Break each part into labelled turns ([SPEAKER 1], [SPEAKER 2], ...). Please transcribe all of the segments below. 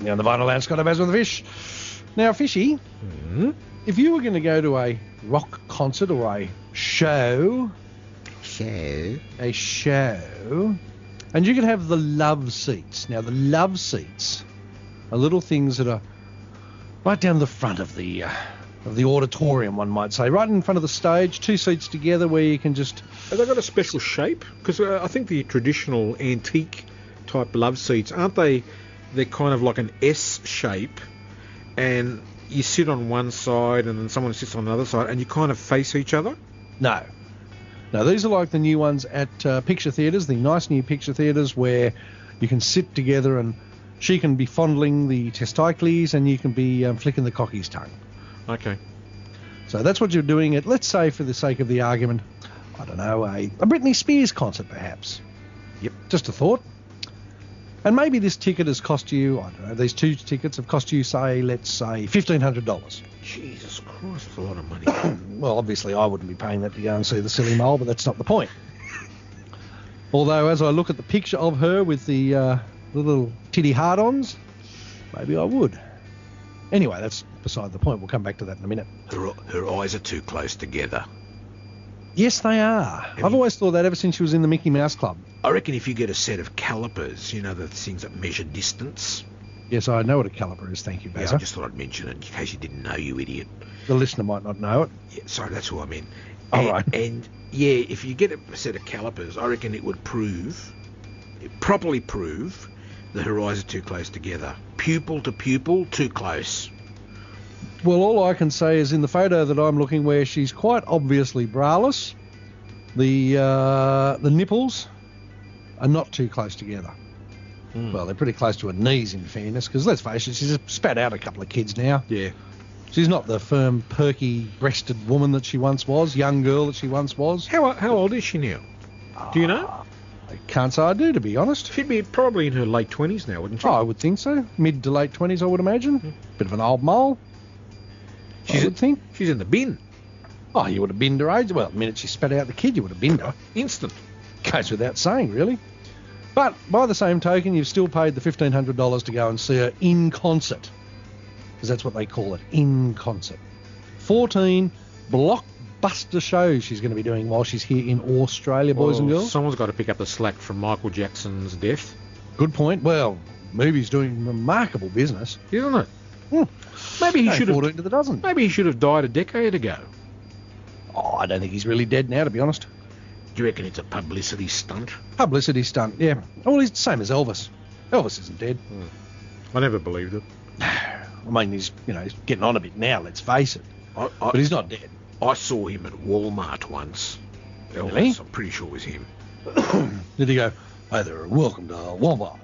[SPEAKER 1] Now the vinyl out's got to buzz with the fish. Now, Fishy, if you were going to go to a rock concert or a show,
[SPEAKER 2] So,
[SPEAKER 1] a show, and you could have the love seats. Now, the love seats are little things that are right down the front of the uh, of the auditorium, one might say, right in front of the stage, two seats together, where you can just
[SPEAKER 3] Have they got a special shape? Because uh, I think the traditional antique type love seats aren't they? They're kind of like an S shape, and you sit on one side, and then someone sits on the other side, and you kind of face each other.
[SPEAKER 1] No. No, these are like the new ones at uh, picture theatres, the nice new picture theatres where you can sit together and she can be fondling the testicles and you can be um, flicking the cocky's tongue.
[SPEAKER 3] Okay.
[SPEAKER 1] So that's what you're doing at, let's say, for the sake of the argument, I don't know, a, a Britney Spears concert perhaps.
[SPEAKER 3] Yep.
[SPEAKER 1] Just a thought. And maybe this ticket has cost you, I don't know, these two tickets have cost you, say, let's say, $1,500.
[SPEAKER 3] Jesus Christ, that's a lot of money.
[SPEAKER 1] well, obviously I wouldn't be paying that to go and see the silly mole, but that's not the point. Although, as I look at the picture of her with the, uh, the little titty hard-ons, maybe I would. Anyway, that's beside the point. We'll come back to that in a minute.
[SPEAKER 2] her, her eyes are too close together.
[SPEAKER 1] Yes, they are. I've
[SPEAKER 2] you-
[SPEAKER 1] always thought that ever since she was in the Mickey Mouse Club.
[SPEAKER 2] I reckon if you get a set of calipers, you know, the things that measure distance.
[SPEAKER 1] Yes, I know what a caliper is. Thank you,
[SPEAKER 2] Yeah,
[SPEAKER 1] Bazza.
[SPEAKER 3] Uh-huh.
[SPEAKER 2] I just thought I'd mention it in case you didn't know, you idiot.
[SPEAKER 1] The listener might not know it.
[SPEAKER 2] Yeah, sorry, that's who I meant.
[SPEAKER 1] All
[SPEAKER 2] and,
[SPEAKER 1] right.
[SPEAKER 2] And yeah, if you get a set of calipers, I reckon it would prove, properly prove, the her eyes are too close together. Pupil to pupil, too close.
[SPEAKER 1] Well, all I can say is in the photo that I'm looking, where she's quite obviously braless, the uh, the nipples are not too close together.
[SPEAKER 3] Hmm.
[SPEAKER 1] Well, they're pretty close to her knees, in fairness, because let's face it, she's spat out a couple of kids now.
[SPEAKER 3] yeah.
[SPEAKER 1] She's not the firm, perky-breasted woman that she once was, young girl that she once was. Ah,
[SPEAKER 3] How how old is she now? Do you know?
[SPEAKER 1] I can't say I do, to be honest.
[SPEAKER 3] She'd be probably in her late twenties now, wouldn't she?
[SPEAKER 1] Oh, I would think so. Mid to late 20s, I would imagine. Bit of an old mole,
[SPEAKER 3] Hmm. she's
[SPEAKER 1] I would think.
[SPEAKER 3] she's in the bin.
[SPEAKER 1] Oh, you would have been to her age. Well, the minute she spat out the kid, you would have been to her.
[SPEAKER 3] Instant.
[SPEAKER 1] goes without saying, really. But by the same token, you've still paid the fifteen hundred dollars to go and see her in concert, because that's what they call it, in concert. Fourteen blockbuster shows she's going to be doing while she's here in Australia, boys and
[SPEAKER 2] Oh.
[SPEAKER 3] Well,
[SPEAKER 1] girls.
[SPEAKER 3] Someone's got to pick up the slack from Michael Jackson's death,
[SPEAKER 1] Good point. Well, movies doing remarkable business.
[SPEAKER 3] isn't it?
[SPEAKER 1] Hmm.
[SPEAKER 3] Maybe he
[SPEAKER 1] Going
[SPEAKER 3] should have.
[SPEAKER 1] fourteen to the dozen.
[SPEAKER 3] Maybe he should have died a decade ago.
[SPEAKER 1] Oh, I don't think he's really dead now, to be honest.
[SPEAKER 2] Do you reckon it's a publicity stunt?
[SPEAKER 1] Publicity stunt, yeah. Well, he's the same as Elvis. Elvis isn't dead.
[SPEAKER 3] I never believed it.
[SPEAKER 1] I mean, he's you know he's getting on a bit now. Let's face it,
[SPEAKER 2] I,
[SPEAKER 1] but he's
[SPEAKER 2] I,
[SPEAKER 1] not dead.
[SPEAKER 2] I saw him at Walmart once. Elvis,
[SPEAKER 1] Really?
[SPEAKER 2] I'm pretty sure it was him.
[SPEAKER 1] Did he go, Hey there, welcome to Walmart?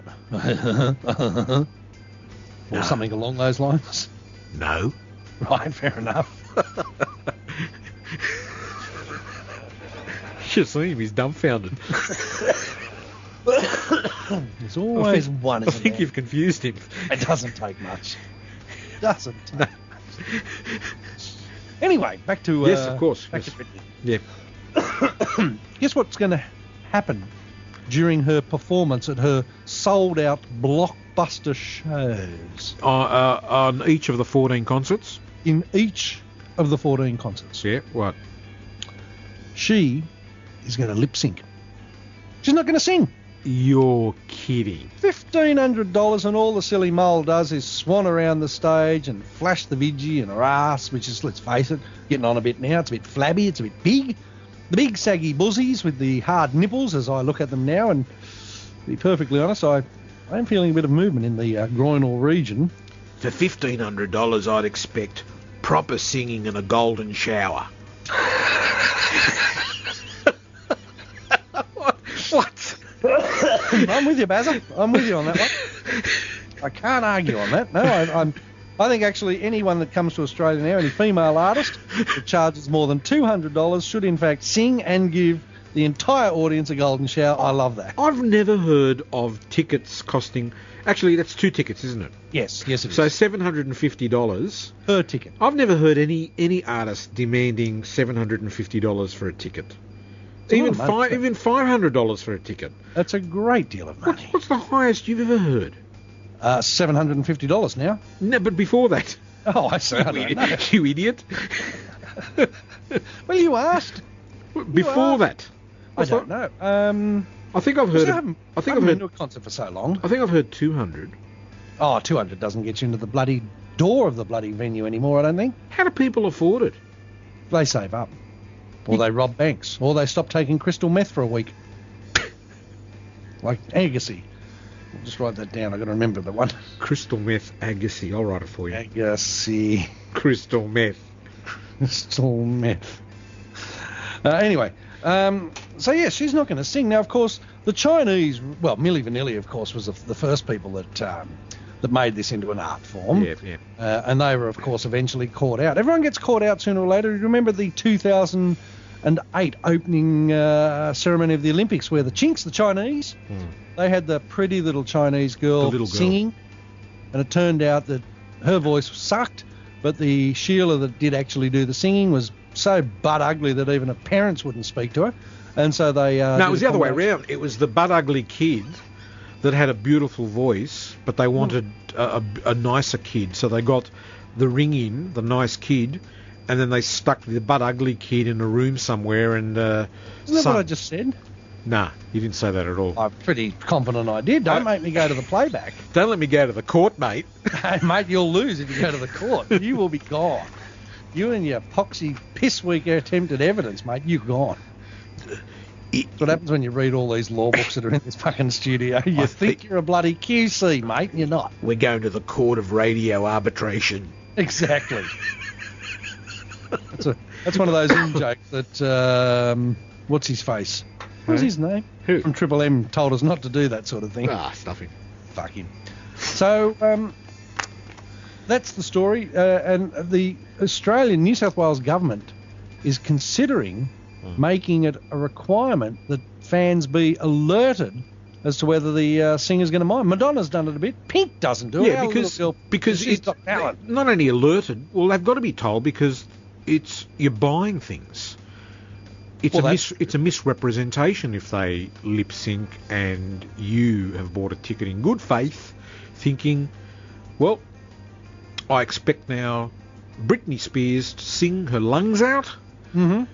[SPEAKER 1] or
[SPEAKER 2] No.
[SPEAKER 1] something along those lines?
[SPEAKER 2] No.
[SPEAKER 1] Right, fair enough.
[SPEAKER 3] should see him. He's dumbfounded.
[SPEAKER 1] There's always one,
[SPEAKER 3] I
[SPEAKER 1] isn't
[SPEAKER 3] think
[SPEAKER 1] there?
[SPEAKER 3] you've confused him.
[SPEAKER 1] It doesn't take much. Doesn't take much. Anyway, back to...
[SPEAKER 3] Yes,
[SPEAKER 1] uh,
[SPEAKER 3] of course,
[SPEAKER 1] Back
[SPEAKER 3] yes.
[SPEAKER 1] to Britney.
[SPEAKER 3] Yeah.
[SPEAKER 1] Guess what's going to happen during her performance at her sold-out blockbuster shows
[SPEAKER 3] Uh, uh, on each of the 14 concerts.
[SPEAKER 1] in each of the 14 concerts?
[SPEAKER 3] Yeah. What?
[SPEAKER 1] She is going to lip-sync. She's not going to sing.
[SPEAKER 3] You're kidding.
[SPEAKER 1] Fifteen hundred dollars, and all the silly mole does is swan around the stage and flash the vidgy and her ass, which is, let's face it, getting on a bit now. It's a bit flabby, it's a bit big. The big saggy buzzies with the hard nipples, as I look at them now, and to be perfectly honest, I, I am feeling a bit of movement in the uh, groinal region.
[SPEAKER 2] For $1,500, I'd expect proper singing and a golden shower.
[SPEAKER 3] What?
[SPEAKER 1] I'm with you, Basil. I'm with you on that one. I can't argue on that. No, I, I'm. I think actually anyone that comes to Australia now, any female artist that charges more than two hundred dollars, should in fact sing and give the entire audience a golden shower. I love that.
[SPEAKER 3] I've never heard of tickets costing. Actually, that's two tickets, isn't it?
[SPEAKER 1] Yes, yes, it is.
[SPEAKER 3] So seven hundred and fifty dollars.
[SPEAKER 1] per ticket.
[SPEAKER 3] I've never heard any any artist demanding seven hundred and fifty dollars for a
[SPEAKER 1] a
[SPEAKER 3] ticket.
[SPEAKER 1] lot
[SPEAKER 3] Even
[SPEAKER 1] of money,
[SPEAKER 3] five
[SPEAKER 1] isn't it?
[SPEAKER 3] even five hundred dollars for a ticket.
[SPEAKER 1] That's a great deal of money.
[SPEAKER 3] What's the highest you've ever heard?
[SPEAKER 1] uh, $750 now.
[SPEAKER 3] No, but before that,
[SPEAKER 1] Oh, I see. I don't
[SPEAKER 3] you,
[SPEAKER 1] know.
[SPEAKER 3] you idiot.
[SPEAKER 1] Well, you asked.
[SPEAKER 3] before
[SPEAKER 1] are-
[SPEAKER 3] that,
[SPEAKER 1] I don't know. Um,
[SPEAKER 3] I think I've
[SPEAKER 1] because
[SPEAKER 3] heard.
[SPEAKER 1] I
[SPEAKER 3] of-
[SPEAKER 1] haven't,
[SPEAKER 3] I think I've
[SPEAKER 1] haven't been
[SPEAKER 3] heard.
[SPEAKER 1] to a concert for so long.
[SPEAKER 3] I think I've heard 200.
[SPEAKER 1] Oh, 200 doesn't get you into the bloody door of the bloody venue anymore, I don't think.
[SPEAKER 3] How do people afford it?
[SPEAKER 1] They save up. Or they rob banks. Or they stop taking crystal meth for a week. like Agassi. I'll just write that down. I've got to remember the one.
[SPEAKER 3] Crystal meth Agassi. I'll write it for you.
[SPEAKER 1] Agassi.
[SPEAKER 3] Crystal meth.
[SPEAKER 1] Crystal meth. Uh, anyway, um, so yeah, she's not going to sing. Now, of course, the Chinese, well, Milli Vanilli, of course, was the, the first people that um, that made this into an art form.
[SPEAKER 3] Yeah, yeah.
[SPEAKER 1] Uh, and they were, of course, eventually caught out. Everyone gets caught out sooner or later. You remember the 2008 opening uh, ceremony of the Olympics where the Chinks, the Chinese,
[SPEAKER 3] Hmm.
[SPEAKER 1] they had the pretty little Chinese girl,
[SPEAKER 3] The little girl.
[SPEAKER 1] singing, and it turned out that her voice sucked, but the Sheila that did actually do the singing was so butt ugly that even her parents wouldn't speak to her, and so they. Uh,
[SPEAKER 3] No,
[SPEAKER 1] did
[SPEAKER 3] it was
[SPEAKER 1] a
[SPEAKER 3] the other way
[SPEAKER 1] combination-
[SPEAKER 3] around. It was the butt ugly kid that had a beautiful voice, but
[SPEAKER 1] Hmm.
[SPEAKER 3] they wanted a, a- a nicer kid, so they got the ring in, the nice kid, and then they stuck the butt ugly kid in a room somewhere and. Uh,
[SPEAKER 1] Isn't that
[SPEAKER 3] sung-
[SPEAKER 1] what I just said?
[SPEAKER 3] Nah, you didn't say that at all.
[SPEAKER 1] I'm pretty confident I did. Don't
[SPEAKER 3] I-
[SPEAKER 1] make me go to the playback.
[SPEAKER 3] Don't let me go to the court, mate.
[SPEAKER 1] Hey, mate, you'll lose if you go to the court. You will be gone. You and your poxy piss weak attempted evidence, mate. You're gone. That's what happens when you read all these law books that are in this fucking studio. You
[SPEAKER 2] I
[SPEAKER 1] think
[SPEAKER 2] thi-
[SPEAKER 1] you're a bloody QC, mate, and you're not.
[SPEAKER 2] We're going to the court of radio arbitration.
[SPEAKER 1] Exactly. that's, a, that's one of those in jokes that, um, what's his face? What's
[SPEAKER 3] Who?
[SPEAKER 1] his name?
[SPEAKER 3] Who?
[SPEAKER 1] From Triple M told us not to do that sort of thing.
[SPEAKER 2] Ah, stuffing.
[SPEAKER 1] fuck him. So um, that's the story, uh, and the Australian New South Wales government is considering making it a requirement that fans be alerted as to whether the uh, singer's going to mind. Madonna's done it a bit. Pink doesn't do it.
[SPEAKER 3] yeah,
[SPEAKER 1] Our little
[SPEAKER 3] because
[SPEAKER 1] girl-
[SPEAKER 3] because
[SPEAKER 1] she's
[SPEAKER 3] it's
[SPEAKER 1] got talent.
[SPEAKER 3] not only alerted. Well, they've got to be told because it's you're buying things. It's
[SPEAKER 1] Well,
[SPEAKER 3] a
[SPEAKER 1] that's
[SPEAKER 3] mis- it's a misrepresentation if they lip sync and you have bought a ticket in good faith, thinking, well, I expect now Britney Spears to sing her lungs out,
[SPEAKER 1] hmm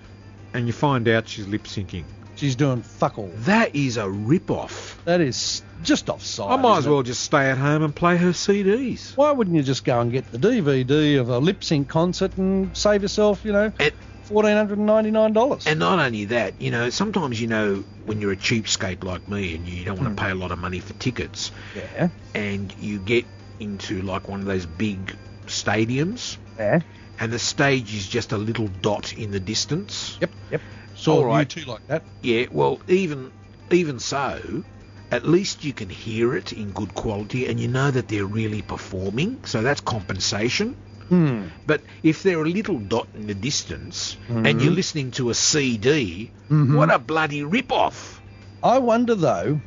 [SPEAKER 3] and you find out she's lip syncing.
[SPEAKER 1] She's doing fuck all.
[SPEAKER 2] That is a rip-off.
[SPEAKER 1] That is just offside.
[SPEAKER 3] I might as
[SPEAKER 1] isn't it?
[SPEAKER 3] well just stay at home and play her CDs.
[SPEAKER 1] Why wouldn't you just go and get the DVD of a lip sync concert and save yourself, you know,
[SPEAKER 2] And,
[SPEAKER 1] fourteen hundred and ninety nine dollars?
[SPEAKER 2] and not only that, you know, sometimes, you know, when you're a cheapskate like me and you don't want to pay a lot of money for tickets
[SPEAKER 1] Yeah.
[SPEAKER 2] and you get into like one of those big stadiums
[SPEAKER 1] Yeah.
[SPEAKER 2] and the stage is just a little dot in the distance.
[SPEAKER 1] Yep, yep. Saw
[SPEAKER 2] All right.
[SPEAKER 1] you two like that.
[SPEAKER 2] Yeah, well, even even so, at least you can hear it in good quality, and you know that they're really performing. So that's compensation.
[SPEAKER 1] Hmm.
[SPEAKER 2] But if they're a little dot in the distance, and you're listening to a CD,
[SPEAKER 1] Mhm.
[SPEAKER 2] what a bloody rip-off!
[SPEAKER 1] I wonder though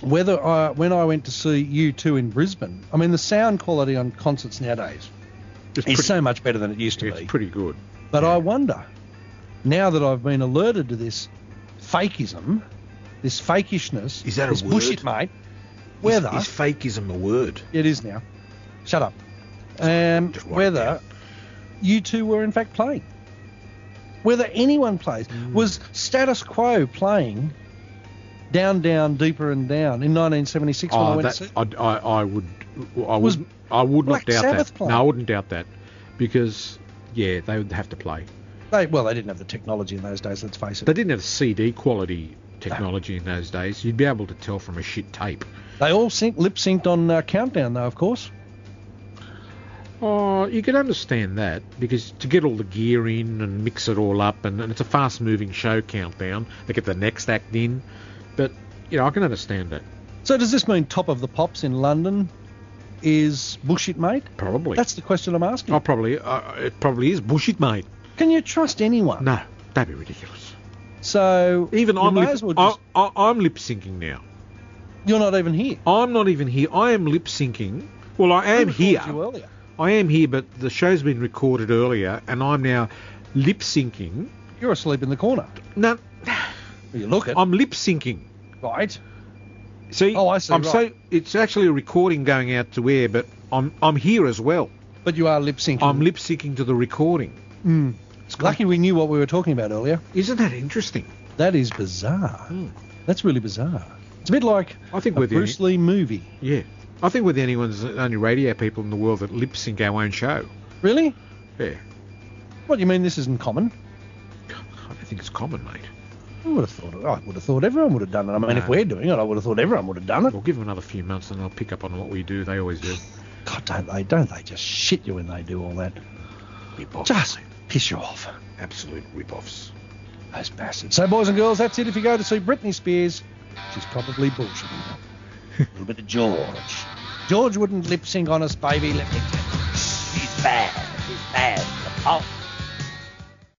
[SPEAKER 1] whether I, when I went to see U2 in Brisbane, I mean the sound quality on concerts nowadays
[SPEAKER 3] It's
[SPEAKER 1] is
[SPEAKER 3] pretty,
[SPEAKER 1] so much better than it used to
[SPEAKER 3] it's
[SPEAKER 1] be.
[SPEAKER 3] pretty good.
[SPEAKER 1] but I wonder now that I've been alerted to this fakeism, this fakishness,
[SPEAKER 2] Is that a
[SPEAKER 1] this bullshit, mate? Whether
[SPEAKER 2] is, is fakeism a word?
[SPEAKER 1] it is now, shut up. Um,
[SPEAKER 2] Just write it
[SPEAKER 1] whether
[SPEAKER 2] down.
[SPEAKER 1] you two were in fact playing. Whether anyone plays.
[SPEAKER 3] Mm.
[SPEAKER 1] Was status quo playing down, down, deeper and down in 1976 when I
[SPEAKER 3] Oh,
[SPEAKER 1] went
[SPEAKER 3] that,
[SPEAKER 1] to see?
[SPEAKER 3] I, I, I would, I
[SPEAKER 1] Was
[SPEAKER 3] would, I would
[SPEAKER 1] Black
[SPEAKER 3] not doubt
[SPEAKER 1] Sabbath
[SPEAKER 3] that.
[SPEAKER 1] playing?
[SPEAKER 3] No, I wouldn't doubt that, because yeah, they would have to play.
[SPEAKER 1] They, well, they didn't have the technology in those days, let's face it.
[SPEAKER 3] They didn't have CD quality technology in those days. You'd be able to tell from a shit tape.
[SPEAKER 1] they all sync, lip synced on uh, Countdown, though, of course.
[SPEAKER 3] Oh, you could understand that because to get all the gear in and mix it all up, and, and it's a fast-moving show countdown. They get the next act in, but you know I can understand that
[SPEAKER 1] So does this mean Top of the Pops in London is bullshit, mate?
[SPEAKER 3] probably.
[SPEAKER 1] That's the question I'm asking.
[SPEAKER 3] oh, probably uh, it probably is bullshit, mate.
[SPEAKER 1] Can you trust anyone?
[SPEAKER 3] No, that'd be ridiculous.
[SPEAKER 1] So
[SPEAKER 3] Even
[SPEAKER 1] you
[SPEAKER 3] I'm
[SPEAKER 1] may
[SPEAKER 3] lip,
[SPEAKER 1] as well
[SPEAKER 3] I-
[SPEAKER 1] just,
[SPEAKER 3] I, I'm lip syncing now.
[SPEAKER 1] you're not even here.
[SPEAKER 3] I'm not even here. I am lip syncing. Well, I am
[SPEAKER 1] Who
[SPEAKER 3] here.
[SPEAKER 1] called You earlier.
[SPEAKER 3] I am here, but the show's been recorded earlier, and I'm now lip syncing.
[SPEAKER 1] You're asleep in the corner.
[SPEAKER 3] No,
[SPEAKER 1] You look it.
[SPEAKER 3] I'm lip syncing.
[SPEAKER 1] Right.
[SPEAKER 3] See,
[SPEAKER 1] Oh, I see,
[SPEAKER 3] I'm
[SPEAKER 1] right.
[SPEAKER 3] so it's actually a recording going out to air, but I'm I'm here as well.
[SPEAKER 1] But you are lip syncing.
[SPEAKER 3] I'm lip syncing to the recording.
[SPEAKER 1] Mm.
[SPEAKER 3] It's
[SPEAKER 1] Lucky we knew what we were talking about earlier.
[SPEAKER 3] Isn't that interesting?
[SPEAKER 1] That is bizarre.
[SPEAKER 3] Hmm.
[SPEAKER 1] That's really bizarre. It's a bit like
[SPEAKER 3] I think
[SPEAKER 1] a
[SPEAKER 3] we're the
[SPEAKER 1] Bruce Lee movie.
[SPEAKER 3] only, yeah. I think we're the only ones, the only radio people in the world that lip sync our own show.
[SPEAKER 1] Really?
[SPEAKER 3] Yeah,
[SPEAKER 1] What do you mean this isn't common?
[SPEAKER 3] I don't think it's common, mate.
[SPEAKER 1] I would have thought. I would have thought everyone would have done it. I mean, if
[SPEAKER 3] No.
[SPEAKER 1] we're doing it, I would have thought everyone would have done it.
[SPEAKER 3] We'll give them another few months, and they'll pick up on what we do. They always do.
[SPEAKER 1] God, don't they? Don't they just shit you when they do all that?
[SPEAKER 2] Rip-offs.
[SPEAKER 1] Just piss you off.
[SPEAKER 2] Absolute rip-offs.
[SPEAKER 1] Those bastards. So, boys and girls, that's it. If you go to see Britney Spears, she's probably bullshitting them. A little bit of George. George wouldn't lip sync on us, baby. Let me tell you. He's bad. He's bad. Oh.